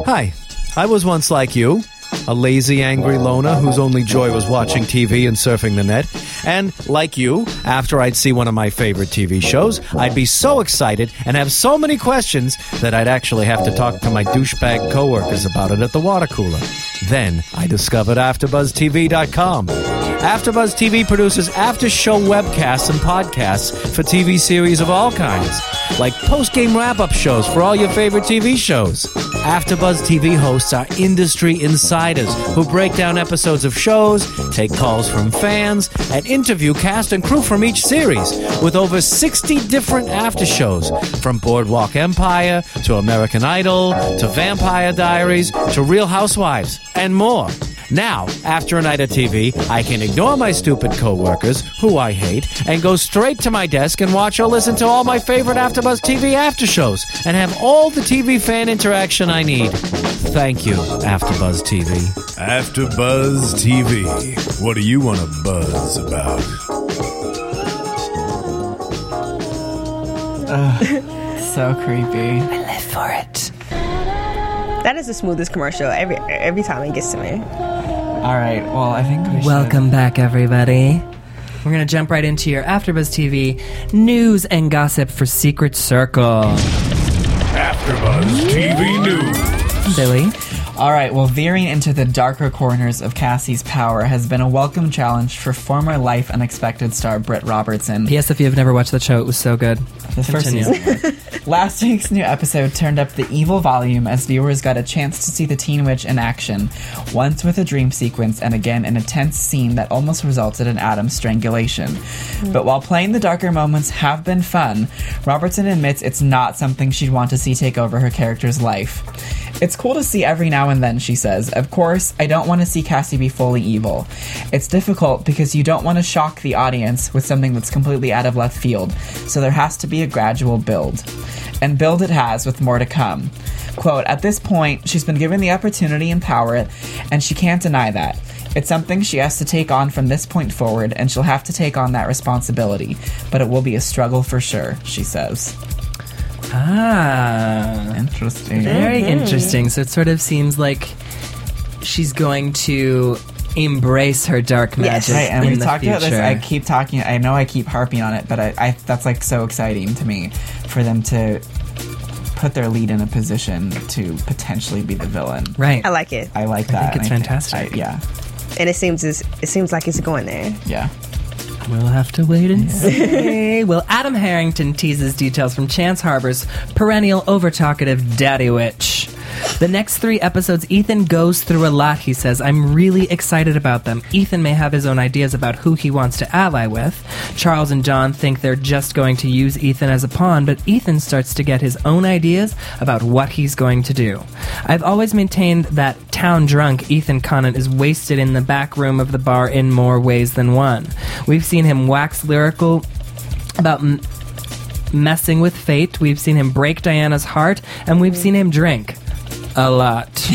S1: Hi, I was once like you, a lazy, angry loner whose only joy was watching TV and surfing the net. And like you, after I'd see one of my favorite TV shows, I'd be so excited and have so many questions that I'd actually have to talk to my douchebag coworkers about it at the water cooler. Then I discovered AfterBuzzTV.com. AfterBuzz TV produces after-show webcasts and podcasts for TV series of all kinds, like post-game wrap-up shows for all your favorite TV shows. AfterBuzz TV hosts are industry insiders who break down episodes of shows, take calls from fans, and interview cast and crew from each series with over 60 different aftershows, from Boardwalk Empire to American Idol to Vampire Diaries to Real Housewives and more. Now, after a night of TV, I can ignore my stupid coworkers, who I hate, and go straight to my desk and watch or listen to all my favorite AfterBuzz TV after shows and have all the TV fan interaction I need. Thank you, AfterBuzz TV.
S5: After Buzz TV. What do you want to buzz about?
S4: So creepy.
S2: For it.
S3: that is the smoothest commercial every every time it gets to me.
S4: All right. Well, I think we should.
S2: Welcome back, everybody. We're gonna jump right into your AfterBuzz TV news and gossip for Secret Circle.
S5: After Buzz TV News.
S2: Billy.
S4: All right, well, veering into the darker corners of Cassie's power has been a welcome challenge for former Life Unexpected star Britt Robertson.
S2: Yes, if you have never watched that show, it was so good.
S4: The first
S2: Continue.
S4: season. Last week's new episode turned up the evil volume as viewers got a chance to see the Teen Witch in action, once with a dream sequence and again in a tense scene that almost resulted in Adam's strangulation. But while playing the darker moments have been fun, Robertson admits it's not something she'd want to see take over her character's life. It's cool to see every now and then, she says. Of course, I don't want to see Cassie be fully evil. It's difficult because you don't want to shock the audience with something that's completely out of left field, so there has to be a gradual build. And build it has, with more to come. Quote At this point, she's been given the opportunity and power, and she can't deny that. It's something she has to take on from this point forward, and she'll have to take on that responsibility. But it will be a struggle for sure, she says.
S2: Ah.
S4: Interesting.
S2: Very interesting. So it sort of seems like she's going to embrace her dark
S3: Yes.
S2: magic
S4: Right, and
S2: in
S4: we
S2: the
S4: talked
S2: future.
S4: about this. I keep talking. I know I keep harping on it, but I, I that's like so exciting to me for them to put their lead in a position to potentially be the villain.
S2: right.
S3: I like it,
S4: I like that.
S2: it's
S4: and I
S2: fantastic.
S4: I- yeah,
S3: and it seems as, it seems like it's going there.
S4: yeah.
S2: We'll have to wait and see. well, Adam Harrington teases details from Chance Harbor's perennial over talkative daddy witch. The next three episodes, Ethan goes through a lot, he says. I'm really excited about them. Ethan may have his own ideas about who he wants to ally with. Charles and John think they're just going to use Ethan as a pawn, but Ethan starts to get his own ideas about what he's going to do. I've always maintained that town drunk Ethan Conant is wasted in the back room of the bar in more ways than one. We've seen him wax lyrical about m- messing with fate, we've seen him break Diana's heart, and we've seen him drink. A lot.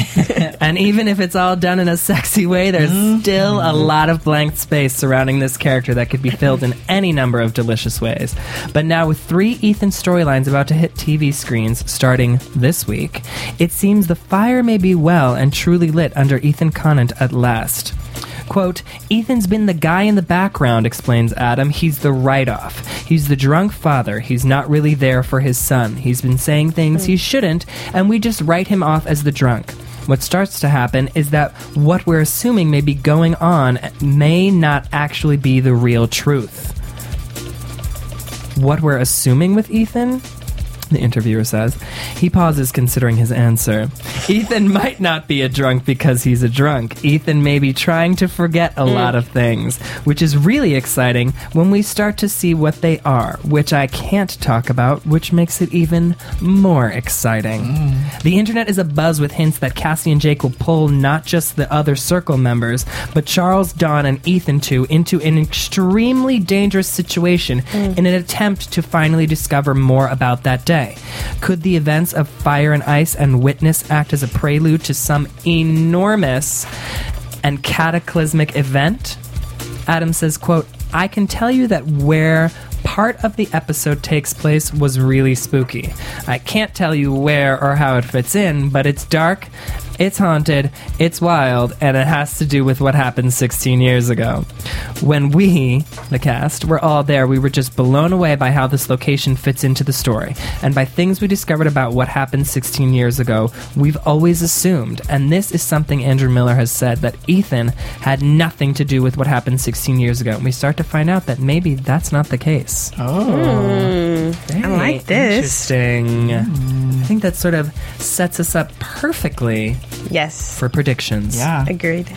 S2: and even if it's all done in a sexy way, there's still a lot of blank space surrounding this character that could be filled in any number of delicious ways. But now, with three Ethan storylines about to hit TV screens starting this week, it seems the fire may be well and truly lit under Ethan Conant at last. Quote, Ethan's been the guy in the background, explains Adam. He's the write off. He's the drunk father. He's not really there for his son. He's been saying things he shouldn't, and we just write him off as the drunk. What starts to happen is that what we're assuming may be going on may not actually be the real truth. What we're assuming with Ethan? The interviewer says. He pauses, considering his answer. Ethan might not be a drunk because he's a drunk. Ethan may be trying to forget a lot of things, which is really exciting when we start to see what they are, which I can't talk about, which makes it even more exciting. The internet is abuzz with hints that Cassie and Jake will pull not just the other circle members, but Charles, Don, and Ethan too into an extremely dangerous situation in an attempt to finally discover more about that day. Could the events of Fire and Ice and Witness act as a prelude to some enormous and cataclysmic event? Adam says, quote, I can tell you that where part of the episode takes place was really spooky. I can't tell you where or how it fits in, but it's dark, it's haunted, it's wild, and it has to do with what happened 16 years ago. When we, the cast, were all there, we were just blown away by how this location fits into the story and by things we discovered about what happened 16 years ago we've always assumed and this is something andrew miller has said that ethan had nothing to do with what happened 16 years ago and we start to find out that maybe that's not the case
S3: Hmm. I like this.
S2: interesting i think that sort of sets us up perfectly
S3: Yes,
S2: for predictions
S4: Yeah.
S3: agreed.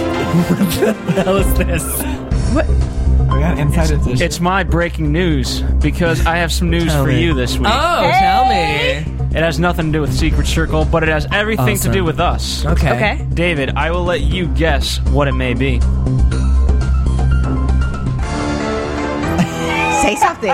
S2: how is this
S4: We got inside edition.
S6: It's my breaking news because I have some news
S2: Tell
S6: for
S2: me.
S6: you this week.
S2: oh tell me
S6: It has nothing to do with Secret Circle, but it has everything
S2: Awesome.
S6: to do with us.
S2: okay
S3: Okay,
S6: David, I will let you guess what it may be.
S3: say something.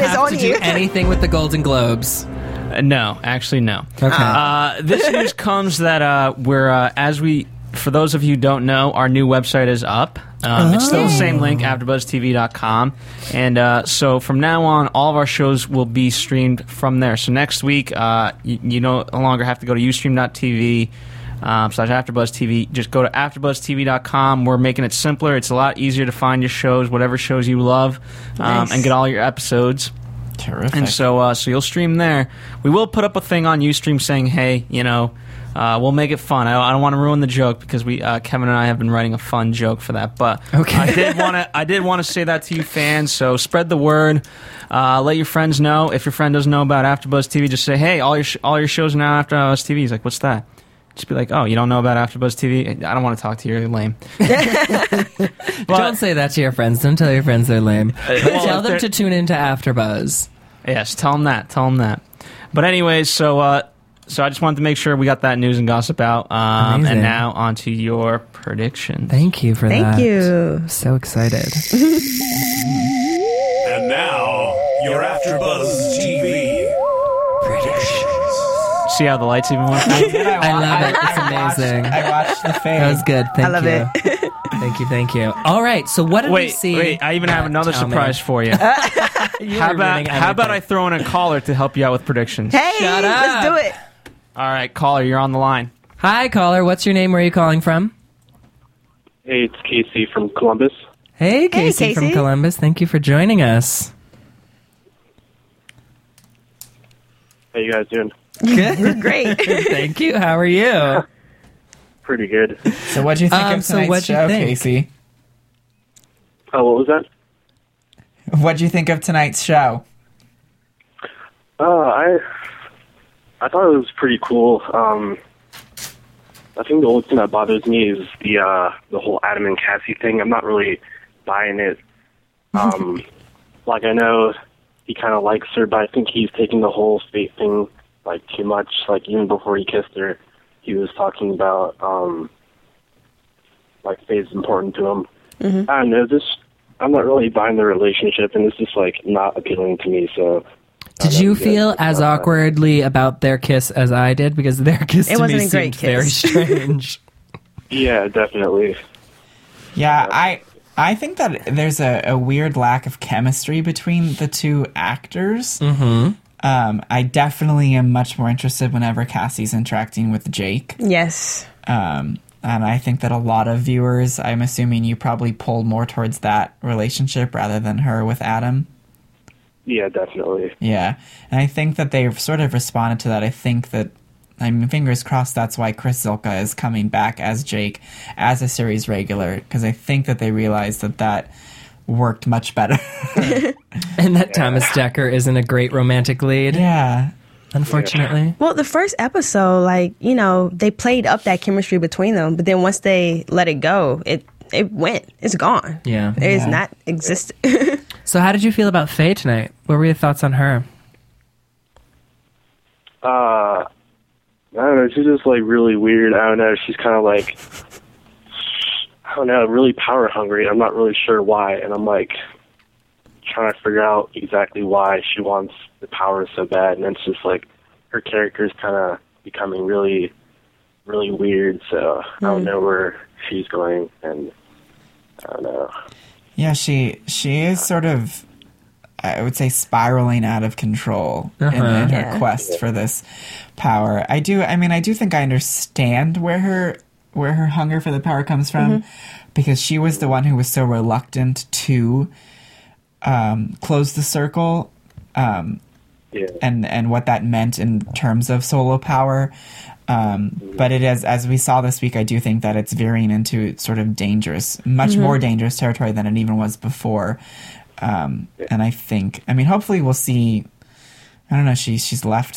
S2: Doesn't
S3: is
S2: have
S3: on
S2: to
S3: you.
S2: do anything with the golden globes
S6: Uh, no, actually, no.
S2: okay
S3: Ah.
S6: Uh, this news comes that uh, we're, uh, as we, for those of you who don't know, our new website is up. Um, It's still the same link, AfterBuzzTV.com. And uh, so from now on, all of our shows will be streamed from there. So next week, uh, you, you no longer have to go to Ustream.tv. Um, slash AfterBuzz TV. Just go to AfterBuzzTV.com. We're making it simpler. It's a lot easier to find your shows, whatever shows you love, um, and get all your episodes.
S4: terrific.
S6: And so, uh, so you'll stream there. We will put up a thing on UStream saying, "Hey, you know, uh, we'll make it fun." I, I don't want to ruin the joke because we, uh, Kevin and I, have been writing a fun joke for that. But
S2: Okay.
S6: I did want to, I did want to say that to you fans. So spread the word. Uh, let your friends know. If your friend doesn't know about AfterBuzz TV, just say, "Hey, all your sh- all your shows are now AfterBuzz TV." He's like, "What's that?" Just be like, "Oh, you don't know about AfterBuzz TV? I don't want to talk to you. You're lame." But-
S2: Don't say that to your friends. Don't tell your friends they're lame. But
S6: well,
S2: tell them
S6: if they're-
S2: to tune into AfterBuzz.
S6: Yes, tell them that. Tell them that. But anyways, so uh, so I just wanted to make sure we got that news and gossip out. Um,
S2: Amazing.
S6: and now on to your prediction.
S2: Thank you for that.
S3: Thank you.
S2: So excited.
S5: And now, your AfterBuzz TV predictions.
S6: See how the lights even went.
S4: I, did,
S2: I
S4: wa-
S2: love it. It's
S4: watched-
S2: amazing.
S4: I watched the
S2: That
S4: face.
S2: was good. Thank
S3: love
S2: you. thank you. Thank you. All right. So what did we
S6: wait,
S2: see?
S6: wait! I even have
S2: Uh,
S6: another
S2: tell me.
S6: surprise for you.
S2: You
S6: How
S2: were
S6: about
S2: ruining
S6: how about I
S2: everything.
S6: throw in a caller to help you out with predictions?
S3: Hey,
S2: Shut
S3: let's
S2: up.
S3: do it.
S6: All right, caller, you're on the line.
S2: Hi, caller. What's your name? Where are you calling from?
S7: Hey, it's Casey from Columbus.
S2: Hey, Casey, from
S3: Casey.
S2: Columbus. Thank you for joining us.
S7: How you guys doing?
S2: Good.
S3: Great.
S2: Thank you. How are you?
S7: Pretty good.
S4: So what do you think
S2: Um,
S4: of
S2: so
S4: tonight's
S2: what'd you
S4: show,
S2: think?
S4: Casey?
S7: Oh, what was that?
S4: What do you think of tonight's show?
S7: Uh, I I thought it was pretty cool. Um, I think the only thing that bothers me is the uh, the whole Adam and Cassie thing. I'm not really buying it. Um, like I know he kind of likes her, but I think he's taking the whole faith thing like too much. Like even before he kissed her, he was talking about um, like faith is important to him.
S2: Mm-hmm.
S7: I don't know. This I'm not really buying the relationship, and it's just like not appealing to me. So.
S2: Did you feel as
S7: awkward?
S2: awkwardly about their kiss as I did? Because their kiss
S3: It
S2: to
S3: wasn't
S2: me
S3: a great
S2: seemed very
S3: kiss.
S2: strange.
S7: Yeah, definitely.
S4: Yeah, I I think that there's a, a weird lack of chemistry between the two actors. Mm-hmm. Um, I definitely am much more interested whenever Cassie's interacting with Jake.
S3: yes.
S4: Um, and I think that a lot of viewers, I'm assuming you probably pull more towards that relationship rather than her with Adam.
S7: Yeah, definitely.
S4: Yeah. And I think that they've sort of responded to that. I think that, I mean, fingers crossed that's why Chris Zilka is coming back as Jake as a series regular, because I think that they realized that that worked much better.
S2: and that Thomas Decker isn't a great romantic lead,
S4: yeah.
S2: unfortunately.
S3: Well, the first episode, like you know, they played up that chemistry between them, but then once they let it go, it it went. It's gone.
S2: Yeah.
S3: It is
S4: Yeah.
S3: not exist.
S2: So, how did you feel about Faye tonight? What were your thoughts on her?
S7: Uh, I don't know. She's just like really weird. I don't know. She's kind of like, I don't know, really power hungry. I'm not really sure why. And I'm like trying to figure out exactly why she wants the power so bad. And it's just like her character's kind of becoming really, really weird. So I don't know where she's going. And I don't know.
S4: Yeah, she she is sort of I would say spiraling out of control in, in her
S3: Yeah.
S4: quest for this power. I do I mean I do think I understand where her where her hunger for the power comes from because she was the one who was so reluctant to um, close the circle
S7: Yeah.
S4: and and what that meant in terms of solo power. Um, but it is as we saw this week. I do think that it's veering into sort of dangerous, much
S3: Mm-hmm.
S4: more dangerous territory than it even was before. Um, and I think, I mean, hopefully we'll see. I don't know. She she's left.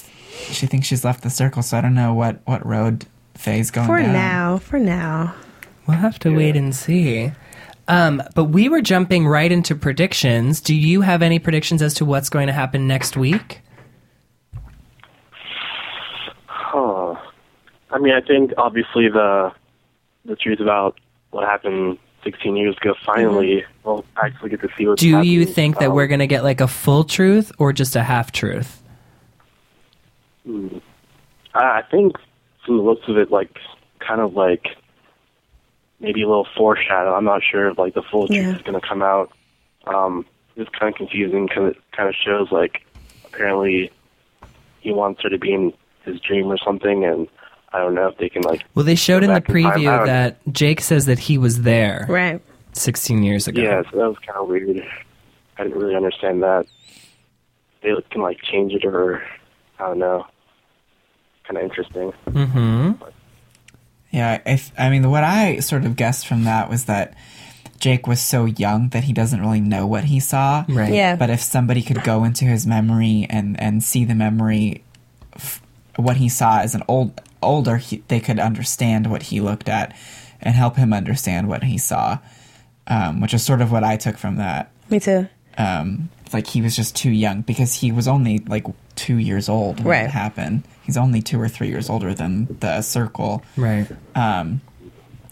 S4: She thinks she's left the circle, so I don't know what what road Faye's going
S3: for
S4: down.
S3: now, for now.
S2: We'll have to wait and see. Um, but we were jumping right into predictions. Do you have any predictions as to what's going to happen next week?
S7: Huh. I mean, I think obviously the the truth about what happened 16 years ago finally we'll actually get to see what.
S2: Mm-hmm. Do you think that we're going to get like a full truth or just a half truth?
S7: Uh, I I think from the looks of it, like kind of like maybe a little foreshadow. I'm not sure if like the full truth
S3: Yeah.
S7: is going to come out. Um, it's kind of confusing because it kind of shows like apparently he wants her to be in his dream or something, and I don't know if they can like.
S2: Well, they showed
S7: go
S2: in the
S7: back time. I
S2: preview
S7: don't-
S2: that Jake says that he was there
S3: Right.
S2: 16 years ago.
S7: Yeah, so that was kind of weird. I didn't really understand that. They can like change it or I don't know. Kind of interesting.
S4: Yeah, if, I mean, what I sort of guessed from that was that Jake was so young that he doesn't really know what he saw.
S2: Right.
S3: Yeah.
S4: But if somebody could go into his memory and and see the memory, f- what he saw as an old older, he, they could understand what he looked at and help him understand what he saw, um, which is sort of what I took from that.
S3: Me too.
S4: Um, like he was just too young because he was only like two years old when
S3: Right.
S4: it happened. He's only two or three years older than the circle.
S2: Right.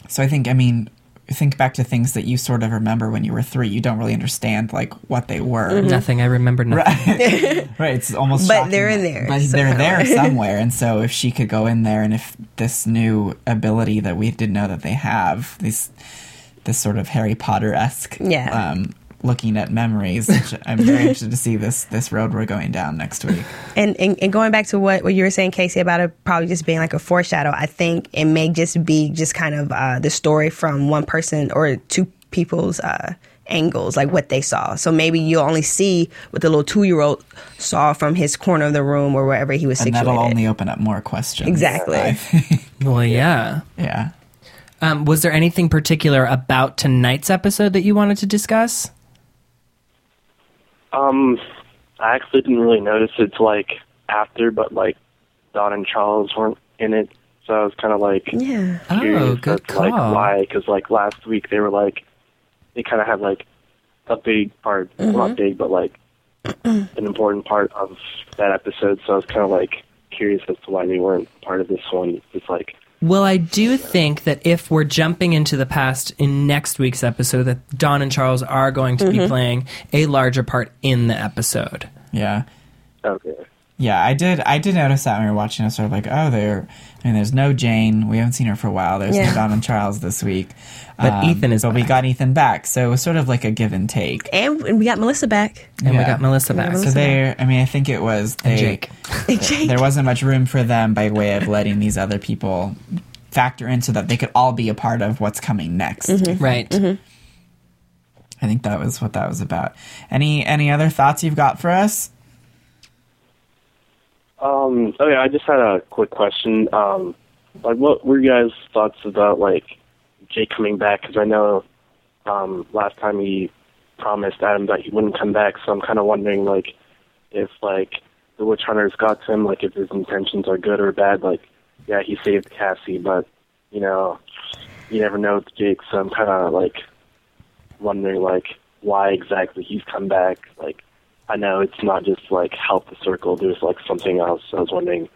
S4: So I think, I mean, think back to things that you sort of remember when you were three. You don't really understand like what they were,
S2: Nothing. I remember nothing.
S4: right? It's almost,
S3: Mm. But
S4: shocking
S3: they're in
S4: that-
S3: there
S4: but they're there somewhere. And so if she could go in there, and if this new ability that we didn't know that they have, these this sort of Harry Potter esque
S3: Yeah.
S4: um, looking at memories. which I'm very interested to see this this road we're going down next week.
S3: And, and and going back to what, what you were saying, Casey, about it probably just being like a foreshadow, I think it may just be just kind of uh, the story from one person or two people's uh, angles, like what they saw. So maybe you'll only see what the little two year old saw from his corner of the room or wherever he was
S4: And
S3: situated.
S4: that'll only open up more questions.
S3: exactly.
S2: Well, yeah.
S4: Yeah.
S2: Um, was there anything particular about tonight's episode that you wanted to discuss?
S7: Um, I actually didn't really notice it till like after, but like Don and Charles weren't in it, so I was kind of like
S3: Yeah.
S7: curious
S2: Oh, good
S7: as to, like
S2: call.
S7: why? Because like last week they were like they kind of had like a big part, well, not big, but like an important part of that episode. So I was kind of like curious as to why they weren't part of this one. It's like
S2: Well, I do think that if we're jumping into the past in next week's episode, that Don and Charles are going to
S3: Mm-hmm.
S2: be playing a larger part in the episode.
S4: Yeah.
S7: okay,
S4: Yeah, I did. I did notice that when we were watching. I was sort of like, oh, there. I mean, there's no Jane. We haven't seen her for a while. There's
S3: Yeah.
S4: no Don and Charles this week. Um,
S2: But Ethan is
S4: But we
S2: back.
S4: got Ethan back, so it was sort of like a give and take.
S3: And, and we got Melissa back.
S2: And we
S4: Yeah.
S2: got Melissa back.
S4: So there. I mean, I think it was they,
S2: Jake.
S3: Jake.
S4: There wasn't much room for them by way of letting these other people factor in, so that they could all be a part of what's coming next.
S2: Right.
S3: Mm-hmm.
S4: I think that was what that was about. Any any other thoughts you've got for us?
S7: um, oh yeah, I just had a quick question. Um, like, what were you guys' thoughts about like Jake coming back? Because I know um, last time he promised Adam that he wouldn't come back, so I'm kind of wondering like if like the witch hunters got to him, like if his intentions are good or bad. Like, yeah, he saved Cassie, but you know, you never know with Jake. So I'm kind of like wondering like why exactly he's come back. Like, I know it's not just like help the circle. There's like something else. I was wondering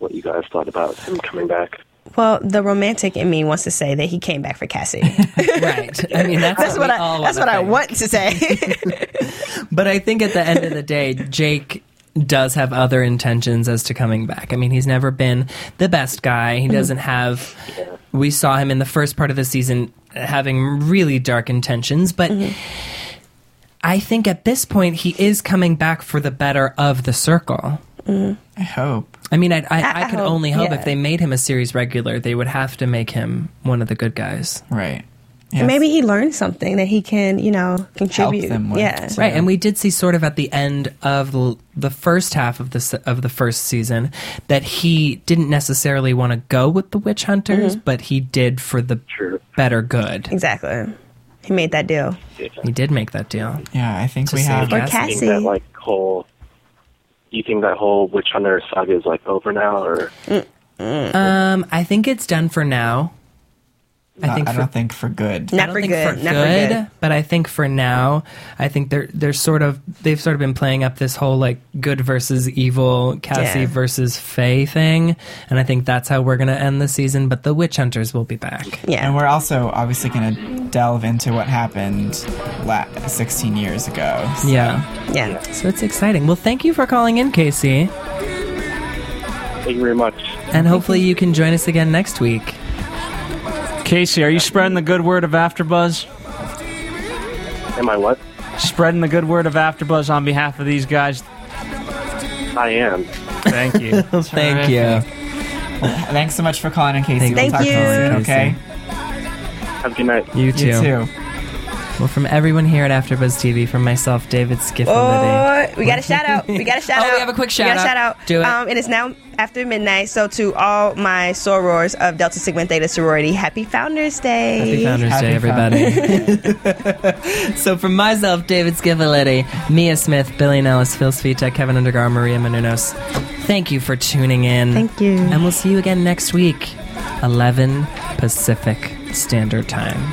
S7: what you guys thought about him coming back.
S3: Well, the romantic in me wants to say that he came back for Cassie.
S2: Right. I mean, that's,
S3: that's
S2: what,
S3: what
S2: we all
S3: I. That's
S2: wanna
S3: what I
S2: think.
S3: want to say.
S2: But I think at the end of the day, Jake does have other intentions as to coming back. I mean, he's never been the best guy. He doesn't have. We saw him in the first part of the season having really dark intentions, but. I think at this point he is coming back for the better of the circle.
S4: I hope.
S2: I mean, I, I, I,
S3: I
S2: could
S3: hope-
S2: only hope
S3: yeah.
S2: if they made him a series regular, they would have to make him one of the good guys.
S4: Right. Yes.
S3: Maybe he learned something that he can, you know, contribute.
S4: them with.
S3: Yeah.
S4: So-
S2: Right, and we did see sort of at the end of l- the first half of the se- of the first season that he didn't necessarily want to go with the witch hunters,
S3: Mm-hmm.
S2: but he did for the
S7: Sure.
S2: better good.
S3: Exactly. He made that deal.
S2: He did make that deal.
S4: Yeah, I think
S2: To
S4: we
S2: save
S4: have.
S3: Or
S2: Cassie.
S7: You
S3: Cassie.
S7: think that like whole you think that whole witch hunter saga is like over now or
S2: Um, I think it's done for now. I
S4: I,
S2: think
S4: I
S2: for,
S4: don't think for good.
S2: I
S3: Not
S2: don't
S3: for
S2: think for
S3: good. Not
S2: good,
S3: for good.
S2: but I think for now, I think they're they're sort of they've sort of been playing up this whole like good versus evil, Cassie
S3: Yeah.
S2: versus Faye thing, and I think that's how we're gonna end the season. But the witch hunters will be back.
S4: And
S3: Yeah.
S4: we're also obviously going to delve into what happened la- 16 years ago.
S2: Yeah.
S3: Yeah.
S2: So it's exciting. Well, thank you for calling in, Casey.
S7: thank you very much.
S2: And hopefully you can join us again next week.
S6: Casey, are you spreading the good word of AfterBuzz?
S7: Am I what?
S6: Spreading the good word of AfterBuzz on behalf of these guys.
S7: I am.
S6: Thank you.
S2: Thank you.
S4: Thanks so much for calling in, Casey.
S3: Thank
S4: we'll talk
S3: you.
S4: soon, okay?
S7: Have a good night.
S2: You too.
S4: You too.
S2: Well, from everyone here at AfterBuzz TV, from myself, David Skiff and
S3: Oh, we got a shout out. We got a shout
S2: Oh,
S3: out.
S2: we have a quick shout
S3: we got
S2: out.
S3: A shout out.
S2: Do it.
S3: Um, it is now after midnight. So to all my sorors of Delta Sigma Theta sorority, happy Founders Day.
S2: Libby. Happy Founders Day, everybody. so from myself, David Schiavelletti, Mia Smith, Billy Nellis, Phil Svitek, Kevin Undergar, Maria Menounos, thank you for tuning in.
S3: Thank you.
S2: And we'll see you again next week, 11 Pacific Standard Time.